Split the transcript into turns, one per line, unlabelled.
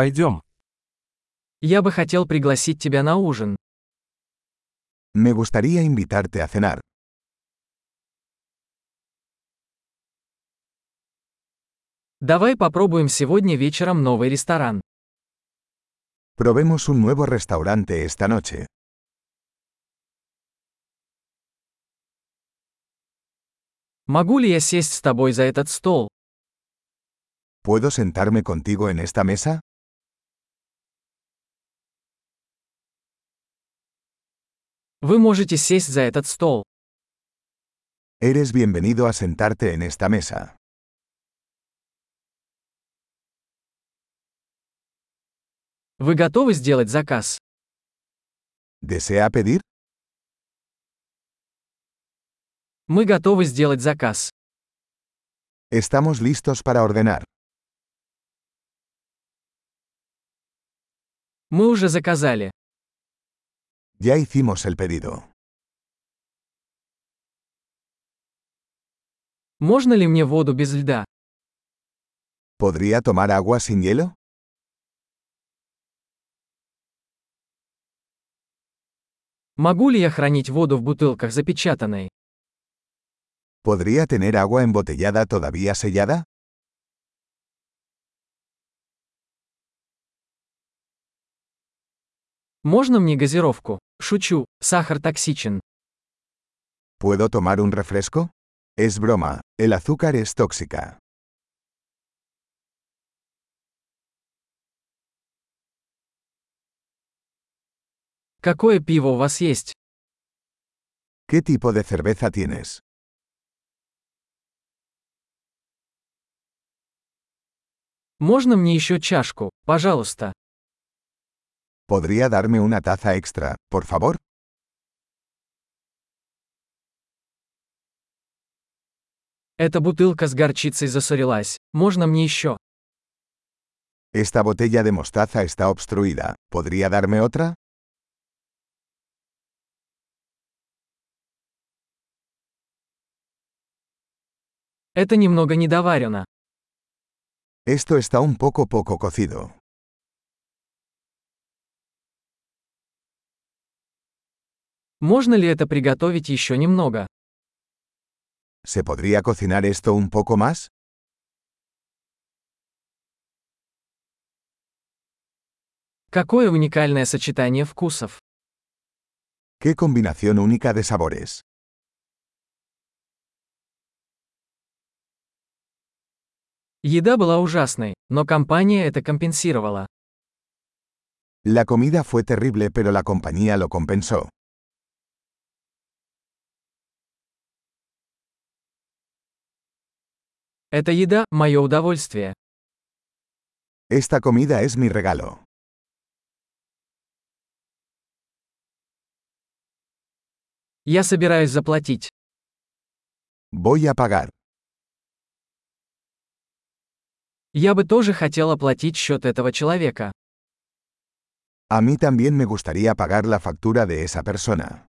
Пойдем.
Я бы хотел пригласить тебя на ужин.
Me gustaría invitarte a cenar.
Давай попробуем сегодня вечером новый ресторан.
Probemos un nuevo restaurante esta noche.
Могу ли я сесть с тобой за этот стол?
¿Puedo sentarme contigo en esta mesa?
Вы можете сесть за этот стол.
Eres bienvenido a sentarte en esta mesa.
Вы готовы сделать заказ?
¿Desea pedir?
Мы готовы сделать заказ.
Estamos listos para ordenar.
Мы уже заказали.
Ya hicimos el pedido.
Можно ли мне воду без льда?
¿Podría tomar agua sin hielo?
Могу ли я хранить воду в бутылках запечатанной?
¿Podría tener agua embotellada todavía sellada?
Можно мне газировку? Шучу, сахар токсичен.
¿Puedo tomar un refresco? Es broma, el azúcar es tóxica.
Какое пиво у вас есть?
¿Qué tipo de cerveza tienes?
Можно мне еще чашку, пожалуйста?
¿Podría darme una taza extra, por favor?
Эта бутылка с горчицей засорилась. Можно мне еще?
Esta botella de mostaza está obstruida. ¿Podría darme otra?
Это немного недоварено.
Esto está un poco poco cocido.
Можно ли это приготовить еще немного?
¿Se podría cocinar esto un poco más?
Какое уникальное сочетание вкусов.
¡Qué combinación única de sabores!
Еда была ужасной, но компания это компенсировала.
La comida fue terrible pero la compañía lo compensó.
Эта еда – мое удовольствие.
Esta comida es mi regalo.
Я собираюсь заплатить.
Voy a pagar.
Я бы тоже хотел оплатить счет этого человека.
A mí también me gustaría pagar la factura de esa persona.